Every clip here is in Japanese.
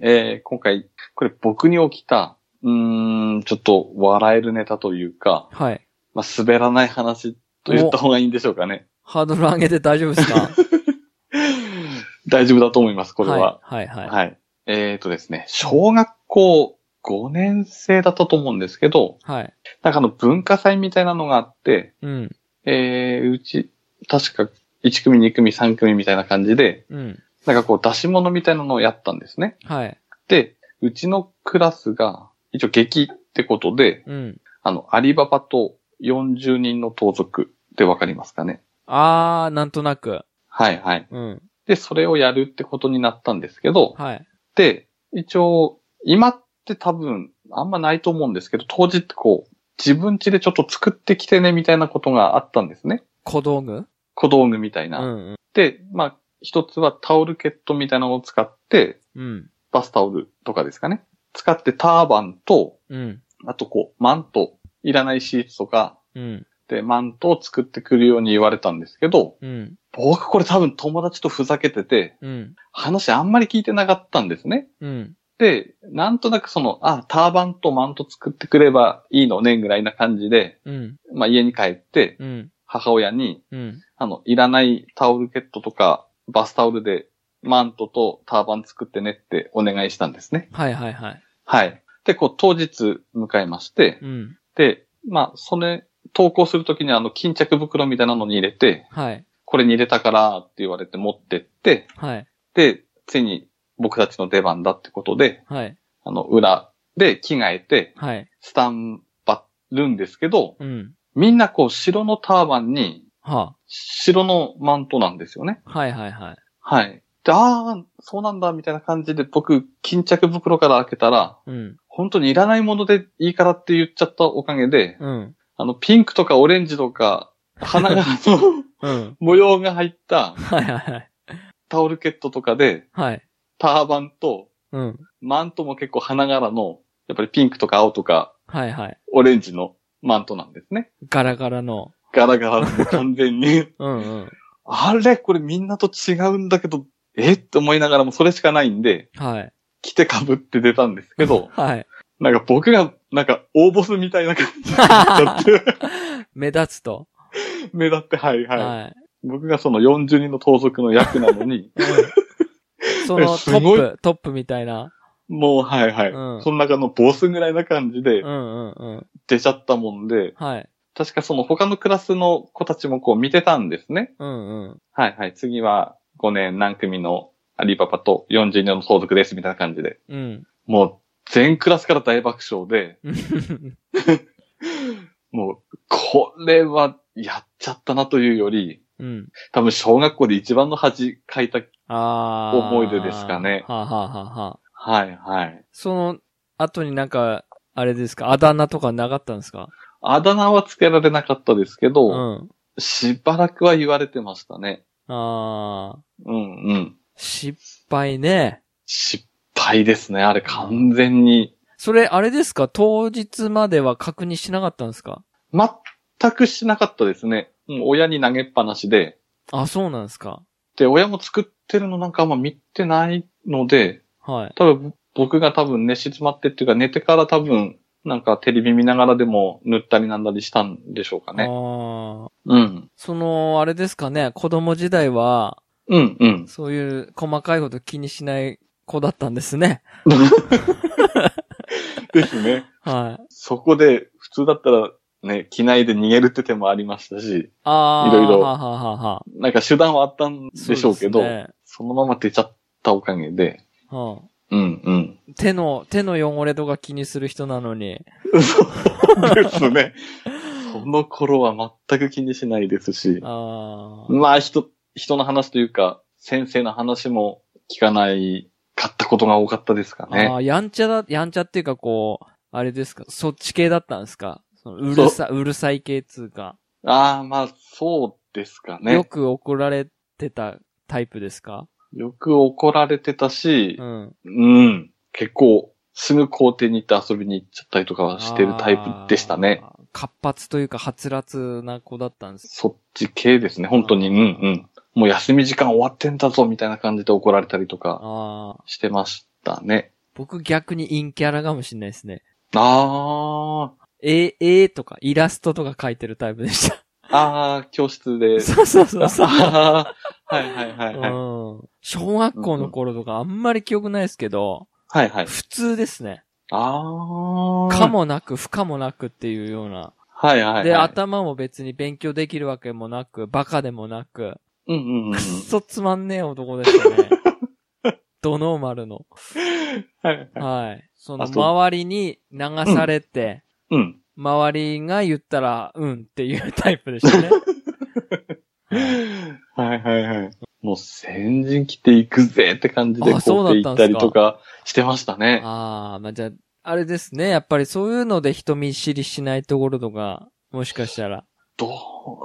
えー今回、これ僕に起きた、うーん、ちょっと笑えるネタというか、はい。まあ、滑らない話と言った方がいいんでしょうかね。ハードル上げて大丈夫ですか大丈夫だと思い ます、これは。はい、は、はいい。はい。えっ、とですね、小学校5年生だったと思うんですけど、はい。なんかあの文化祭みたいなのがあって、うん。えー、うち、確か1組、2組、3組みたいな感じで、うん。なんかこう出し物みたいなのをやったんですね。はい。で、うちのクラスが、一応劇ってことで、うん。あの、アリババと40人の盗賊ってわかりますかねあー、なんとなく。はいはい。うん。で、それをやるってことになったんですけど、はい。で、一応、今って多分、あんまないと思うんですけど、当時ってこう、自分家でちょっと作ってきてね、みたいなことがあったんですね。小道具小道具みたいうな。ん。で、まあ、一つはタオルケットみたいなのを使って、うん。バスタオルとかですかね。使ってターバンと、うん。あとこう、マント、いらないシーツとか、うん。で、マントを作ってくるように言われたんですけど、うん。僕これ多分友達とふざけてて、うん。話あんまり聞いてなかったんですね。うん。で、なんとなくその、あ、ターバンとマント作ってくればいいのね、ぐらいな感じで、うん。まあ家に帰って、うん。母親に、うん。あの、いらないタオルケットとか、バスタオルで、マントとターバン作ってねってお願いしたんですね。はいはいはい。はい。で、こう、当日迎えまして、うん。で、まあ、それ、投稿するときにあの、巾着袋みたいなのに入れて、はい。これに入れたからって言われて持ってって、はい。で、ついに僕たちの出番だってことで、はい。あの、裏で着替えて、はい。スタンバるんですけど、うん。みんなこう、白のターバンに、は白のマントなんですよね。あ。はいはいはい。はい。で、ああ、そうなんだ、みたいな感じで、僕、巾着袋から開けたら、うん。本当にいらないものでいいからって言っちゃったおかげで、うん。あの、ピンクとかオレンジとか、花が、 あのうん。模様が入ったはいはいはい。タオルケットとかで、はい。ターバンと、うん。マントも結構花柄の、やっぱりピンクとか青とか、はいはい。オレンジのマントなんですね。ガラガラの。ガラガラの完全に。 うんうん。あれこれみんなと違うんだけど、えって思いながらもそれしかないんで、はい。着て被って出たんですけど、はい。なんか僕が、なんか、大ボスみたいな感じにな っちゃって、 目立つと。目立って、はいはい。はい。僕がその40人の盗賊の役なの に、うんそのトすごいップ、トップみたいな。もう、はいはい。うんその中のボスぐらいな感じでうんうんうん。出ちゃったもんで、はい。確かその他のクラスの子たちもこう見てたんですね。うんうん。はいはい。次は5年何組のアリババと40人の盗賊ですみたいな感じで。うん。 もう全クラスから大爆笑で、もうこれはやっちゃったなというより、うん。多分小学校で一番の恥かいた。ああ。思い出ですかねはあ、はあはあはあ、はいはい。その後になんか、あれですか、あだ名とかなかったんですかあだ名はつけられなかったですけうど、ん。しばらくは言われてましたね。ああ。うんうん。失敗ね。失敗ですね。あれ完全に。それ、あれですか当日までは確認しなかったんですか全くしなかったですね。もう親に投げっぱなしで。あ、そうなんですかで、親も作ってるのなんかあんま見てないので、はい。多分僕が多分寝静まってっていうか寝てから多分なんかテレビ見ながらでも塗ったりなんだりしたんでしょうかね。ああ。うん。その、あれですかね、子供時代は、うんうん。そういう細かいこと気にしない子だったんですね。ですね。はい。そこで普通だったらね、着ないで逃げるって手もありましたし、ああ。いろいろはあ、はあはあはあ、なんか手段はあったんでしょうけど、そ,、そですねのまま出ちゃったおかげで、うんうんうん。手の、手の汚れとか気にする人なのに。ですね。 その頃は全く気にしないですし、ああ。まあ人、人の話というか、先生の話も聞かないかったことが多かったですかあね。あ、やんちゃだ、やんちゃっていうかこう、あれですか、そっち系だったんですかそのうるさ、うるさい系っつうか、ああ、まあ、そうですかね。よよく怒られてたタイプですかく怒られてたしう、ん。うん、結構、すぐ校庭に行って遊びに行っちゃったりとかはしてるタイプでしたね。あー。活発というか、はつらつな子だったんです。そっち系ですね、本当に。あうーんうん。もう休み時間終わってんだぞ、みたいな感じで怒られたりとかああ。してましたね。僕逆に陰キャラかもしれないですね。あー。絵、絵とかイラストとか描いてるタイプでした。あー、教室で。 そうそうそ うそう。あーはいはいはいはい。うん小学校の頃とかあんまり記憶ないですけど、はいはい。普通ですね。あー。か。もなく不可もなくっていうような。はいはいはい。で、頭も別に勉強できるわけもなく、バカでもなく、うんうんうんうんくっ。 そつまんねえ男でした ね。ドノーマルの。はいはい。はい。そのあそう周りに流されて、うん。周りが言ったら、うんっていうタイプでした ね。はいはいはい。もう先陣来ていくぜって感じであこそうう行だっったたんすりかとかしてました ね。ああ、まあ、じゃあ、あれですね。やっぱりそういうので人見知りしないところとか、もしかしたら。どう、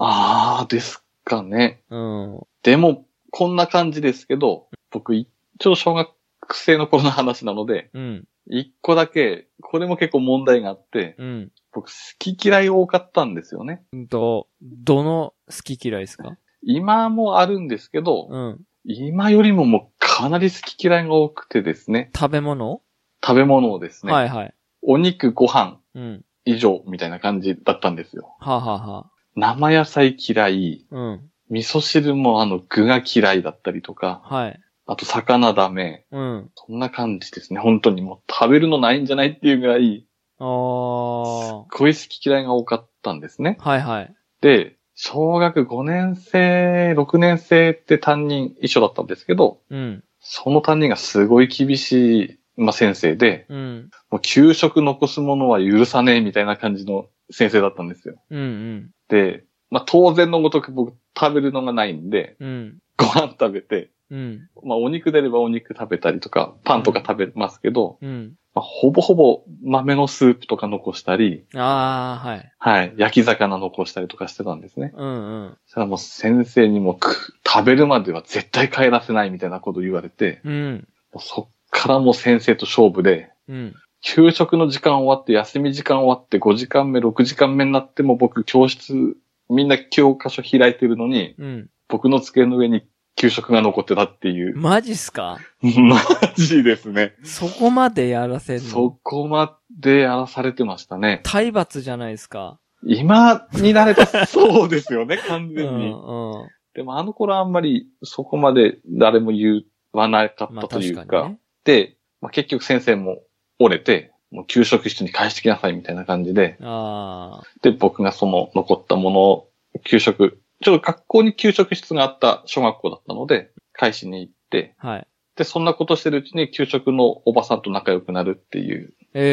あーですかね。うん。でも、こんな感じですけど、僕、一応小学生の頃の話なので、うん。一個だけ、これも結構問題があって、うん。僕好き嫌い多かったんですよね。うんと、どの好き嫌いですか今もあるんですけど、うん。今よりももうかなり好き嫌いが多くてですね、食べ物、食べ物をですね、はいはい。お肉、ご飯うん。以上みたいな感じだったんですよ。はあ、はあは生野菜嫌い、あ、うん。味噌汁もあの具が嫌いだったりとか、はい。あと魚ダメ、うん。そんな感じですね。本当にもう食べるのないんじゃないっていうぐらい、ああ。はこういう好き嫌いが多かったんですね。いはい。で、小学5年生、6年生って担任一緒だったんですけど、うん。その担任がすごい厳しい、まあ、先生で、うん。もう給食残すものは許さねえみたいな感じの先生だったんですよ。うんうん。で、まあ、当然のごとく僕食べるのがないんで、 うん。ご飯食べて、うん。まあ、お肉出ればお肉食べたりとか、パンとか食べますけど、うん。まあ、ほぼほぼ豆のスープとか残したり、ああ、はい。はい、焼き魚残したりとかしてたんですね。うんうん。そしたらもう先生にもく食べるまでは絶対帰らせないみたいなこと言われて、うん。もうそっからもう先生と勝負で、うん。給食の時間終わって、休み時間終わって、5時間目、6時間目になっても僕教室、みんな教科書開いてるのに、うん。僕の机の上に給食が残ってたっていう。マジっすかマジですね。そこまでやらせんのそこまでやらされてましたね。体罰じゃないですか。今になれたそうです よね、完うんう全に。ん。でもあの頃あんまりそこまで誰も言わなかっまたとあい確うかか、にね。で、まあ、結局先生も折れて、もう給食室に返してきなさいみたいな感じで、ああ。で、僕がその残ったものを給食、ちょっと学校に給食室があった小学校だったので、返しに行って、はい。で、そんなことしてるうちに給食のおばさんと仲良くなるっていう、え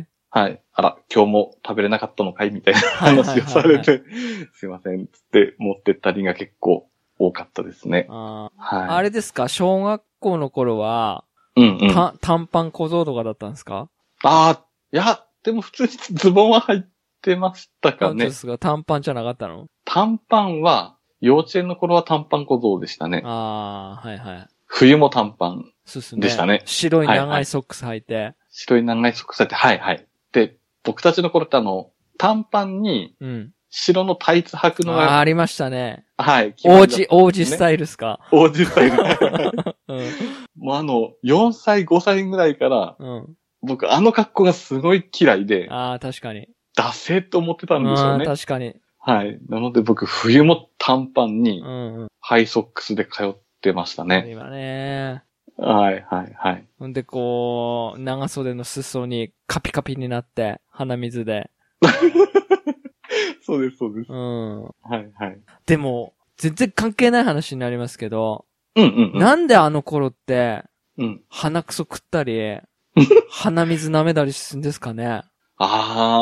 えはい、あら、今日も食べれなかったのかいみたいなー。はいはいは話いをはさいれ。て、すいません、つって持ってったりが結構多かったですね。あはいー。あれですか小学校の頃は、うんうん。あた短パン小僧とかだったんですかあー、いや、でも普通にズボンは入ってましたか本当ねで。すが短パンじゃなかったの短パンは、幼稚園の頃は短パン小僧でしたね。ああ、はいはい。冬も短パン。そうすでしたね白いはいは長いいソックス履いて。白い長い側さって、はいはい。で、僕たちの頃ってあの、短パンにうん。白のタイツ履くのあーが、ありましたね。はい。王子、王子スイル。タイルっすか。王子スタイル。 うん。もうあの、4歳、5歳ぐらいから、うん。僕あの格好がすごい嫌いで、ああ、確かに。ダセーと思ってたんでしょううんね。確かに。はい。なので僕、冬も短パンにう、んうん。ハイソックスで通ってましたね。今ね。はい、はい、はい。ほんで、こう、長袖の裾にカピカピになって、鼻水で。そうです、そうです。うん。はい、はい。でも、全然関係ない話になりますけど、うん、うん、うん。なんであの頃って、うん。鼻くそ食っ たり、鼻水舐めたりするんですかね。あ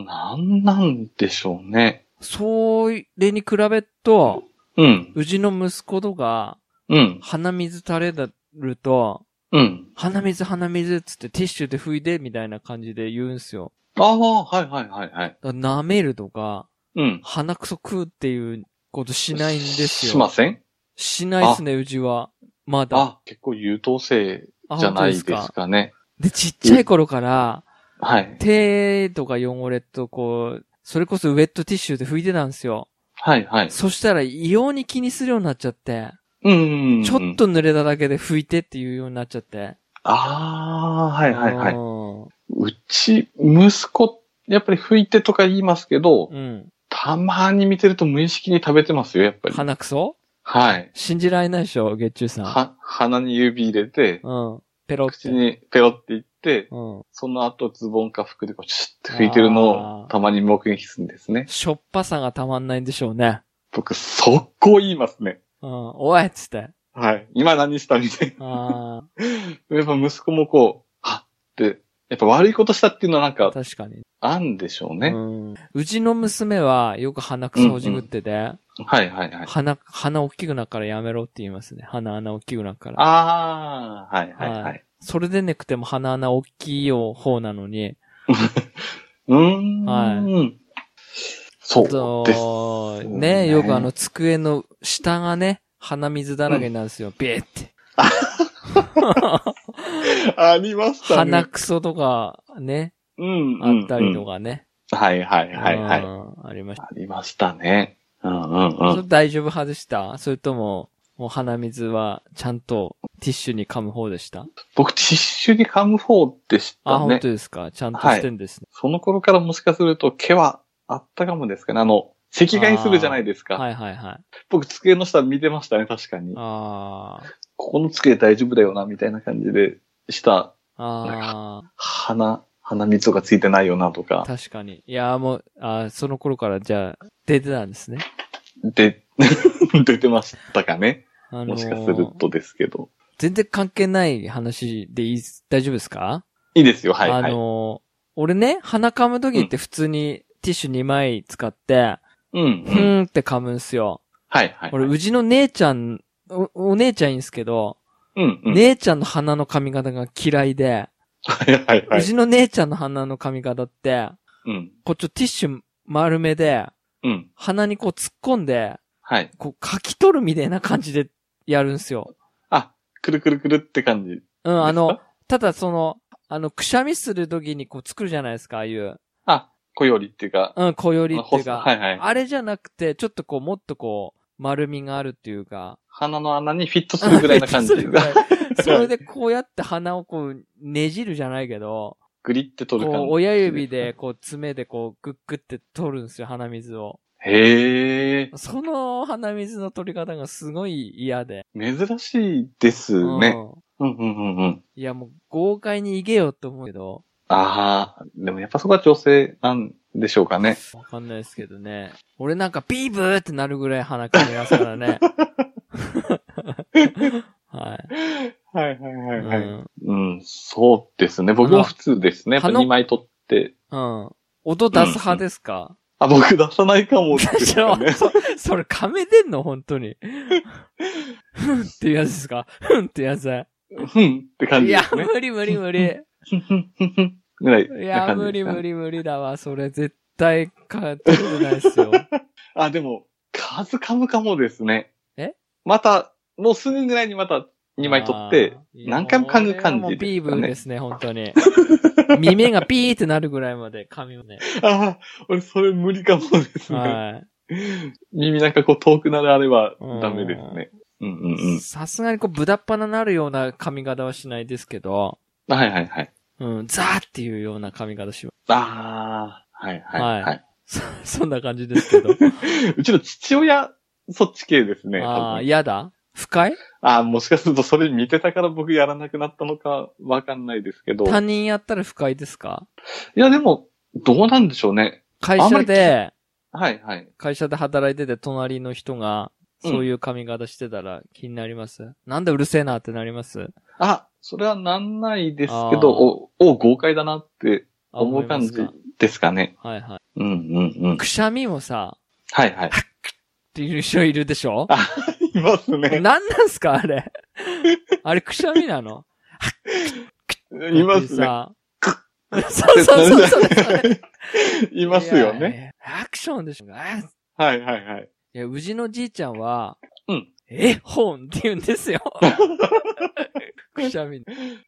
ー、なんなんでしょうね。それに比べると、うん、うちの息子とか、うん、鼻水垂れだると、うん。鼻水鼻水っつってティッシュで拭いでみたいな感じで言うんすよ。あー、はいはいはいはい。だから舐めるとか、うん。鼻くそ食うっていうことしないんですよ。しませんしないっすね、うちは。まだ。あ、結構優等生あじゃないです本当かね。で、ちっちゃい頃から、はい。手とか汚れとこう、それこそウェットティッシュで拭いてたんですよ。はいはい。そしたら異様に気にするようになっちゃって、うん。ちょっ。と濡れただけで拭いてっていうようになっちゃって、ああ、はいはいはい。いうち、息子、やっぱり拭いてとか言いますけど、うん。たまに見てると無意識に食べてますよ、やっぱり。鼻くそはい。信じられないでしょ、月中さん。は、鼻に指入れて、うん。ペロッ口て。にペロっていって、うん。その後ズボンか服でこうシュッて拭いてるのあをーたまに目撃するんですね。しょっぱさがたまんないんでしょうね。僕、速攻言いますね。うん。おいっつって。はい。今何したみたいあな。 やっぱ息子もこう、はって、やっぱ悪いことしたっていうのはなんあ、か、確かに。あんでしょうね。うん。うちの娘はよく鼻くそほじくってて、はいはいはい。鼻、鼻大きくなっからやめろって言いますね。鼻穴大きくなっから。ああ、はいはいはい。それでねくても鼻穴大きい方なのに、うーん。はそうです。とねね、よくあの机の下がね、鼻水だらけになるんですよ。ビーって。ありましたね。鼻くそとかね、うんうんあうんったりとかね。はいはいはいはい。あうんありました。りましたね。うんうんうそれん。大丈夫派でしたそれとも、もう鼻水はちゃんとティッシュに噛む方でした僕、ティッシュに噛む方でしあ、た本ね当。ですかちゃんとしてんですね。その頃からもしかすると毛はあったかもですかね。あの、赤外するじゃないですか。はいはいはい。僕、机の下見てましたね、確かに。こあーこの机大丈夫だよな、みたいな感じでした。あ鼻、鼻水とかついてないよな、とー、か。確かに。いやーもう、あーその頃からじゃあ、出てたんですね。で、 出てましたかね。あのーもしかするとですけど。全然関係ない話でいい、大丈夫ですかいいですよ、はい、はい。あのー俺ね、鼻噛む時って普通にティッシュ2枚使って、うん、うん。ふーんって噛むんすよ。はい、はい。俺、うちの姉ちゃん、お、お姉ちゃんいいんすけど、うん、うん。姉ちゃんの鼻の髪型が嫌いで、はい、はい、はうい。ちの姉ちゃんの鼻の髪型って、うん、こっちをティッシュ丸めで、うん。鼻にこう突っ込んで、はい。こう、かき取るみたいな感じでやるんすよ。あ、くるくるくるって感じ。うん、あですの、ただその、あの、くしゃみする時にこう作るじゃないですか、ああいう。あ、小よりっていうか。うん、小よりあってい細うか。はい、はい。あれじゃなくて、ちょっとこう、もっとこう、丸みがあるっていうか。鼻の穴にフィットするぐらいな感じ それぐらいそれでこうやって鼻をこう、ねじるじゃないけど、グリってこ取る感う、じ。親指で、こう、爪でこう、グッグって取るんですよ、鼻水を。へえ、その鼻水の取り方がすごい嫌で。珍しいですね。うんうん、うん、うん、うん。いや、もう、豪快にいけよって思うけど、ああ、でもやっぱそこは女性なんでしょうかね。わかんないですけどね。俺なんかビーブーってなるぐらい鼻かみますからね。はい。はい、はい、はうん。うん、そうですね。僕も普通ですね。やっぱ鼻2枚取って。うん。音出す派ですか、あ、僕出さないかもですちょかっとね。そそれ、噛めてんの本当に。ふんっていうやつですかふんってやつ。 ふんって感いじでや、すね。無理無理無理。ふんふんふんふん ぐらいいなや、感じ無で理すかね無理無理だわ。それ、絶対、か、取れてないですよ。あ、でも、数噛むかもですね。えまた、もうすぐぐらいにまた2枚取って、あー、何回も噛む感じですかねもうビーブーですね、本 当に。耳がピーってなるぐらいまで噛みをね。ああ、俺それ無理かもですね。は耳なんかこう遠くなるあればダメですね。うんうんい。さすがにこう、ぶだっぱななるような髪型はしないですけど、うん。はいはいはい。うん、ザーっていうような髪型しまああ、はいはいは。はいす。 そそんな感じです けど。うちの父親、そっち系ですね。あ多あ、分嫌だ不快ああ、もしかするとそれ見てたから僕やらなくなったのかわかんないですけど。他い人やったら不快ですかやでも、どうなんでしょうね。会あんま社りで、はいはい。会社で働いてて隣の人が、そういう髪型してたら気になります、なんでうるせえなってなりますあ、それはなんないですけあーど、お、お、豪快だなってあ思ういま感すじかですかね。はいはい。うんうんうん。くしゃみもさ、はいはい。っていう人いるでしょあいますね。何なんすかあれ。あれ、くしゃみなのいますね。だってさそ うそうそうそう。いますよね。ね。アクションでしょあいはいはいはい。や、うちのじいちゃんは、うん。え、ほんって言うんですよ。くしゃみ。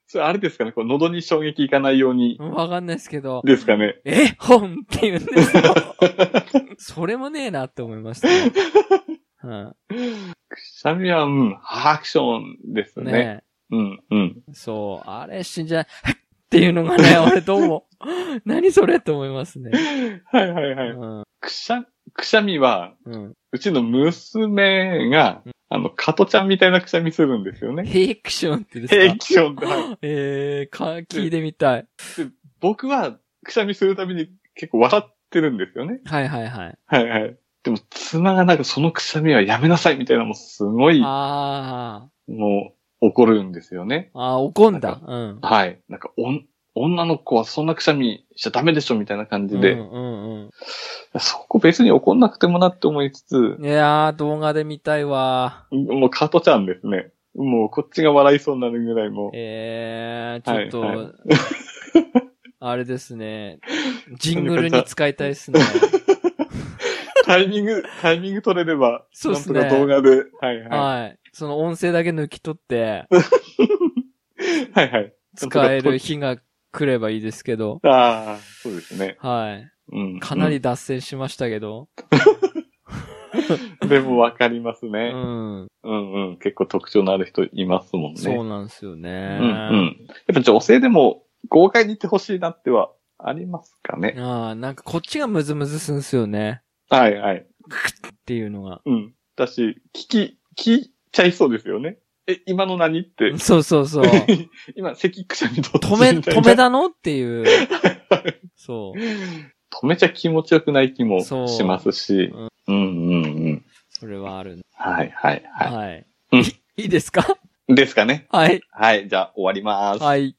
それあれですかね、こう喉に衝撃いかないようにわかんないですけど、ですかね。え、ほんって言うんですよ。それもねえなって思いましたね。うんくしゃみは、うん、アクションですね。ねえ。うん、うん。そう、あれ死んじゃい、っていうのがね、俺どうも、何それって思いますね。はいはいはうい。ん。くしゃ、くしゃみは、うん。うちの娘が、あの、加トちゃんみたいなくしゃみするんですよね。ヘイクションってですか平気音で。はいえー、か、聞いてみたい。僕は、くしゃみするたびに結構笑ってるんですよね。はいはいはい。はいはい。でも、妻がなんかそのくしゃみはやめなさいみたいなのもすごい、あもう、怒るんですよね。ー、あー怒んだな。うん。はい。なんか、おん、女の子はそんなくしゃみしちゃダメでしょみたいな感じうで、んうんそこ別に怒んなくてもなって思いつつう、ん。いやー、動画で見たいわもう加トちゃんですね。もうこっちが笑いそうになるぐらい もう。えー、ちょっと、はいは あれですね。ジングルに使いたいですね。タイミング、タイミング取れれば、そうっすねなんとか動画で。はい ははい。その音声だけ抜き取 って、い。はいはい。使える日が来ればいいですけど。ああ、そうですね。はい。うん。かなり脱線しましたけど。うん。でもわかりますうね。ん。うんうん。結構特徴のある人いますもんね。そうなんですよね。うんうん。やっぱ女性でも豪快に言ってほしいなってはありますかね。ああ、なんかこっちがムズムズすんすよね。はいはい。っていうのが。うん。だし、聞き、聞いちゃいそうですよね。え、今の何って。そうそうそう。今、咳くしゃみどっち止め、みたいな止めだのっ ていう。そう。止めちゃ気持ちよくない気もそうしますし。うんうんうん。それはある。はいはいはい。はい。うんいいいですかですかね。はい。はい。じゃあ終わります。はい。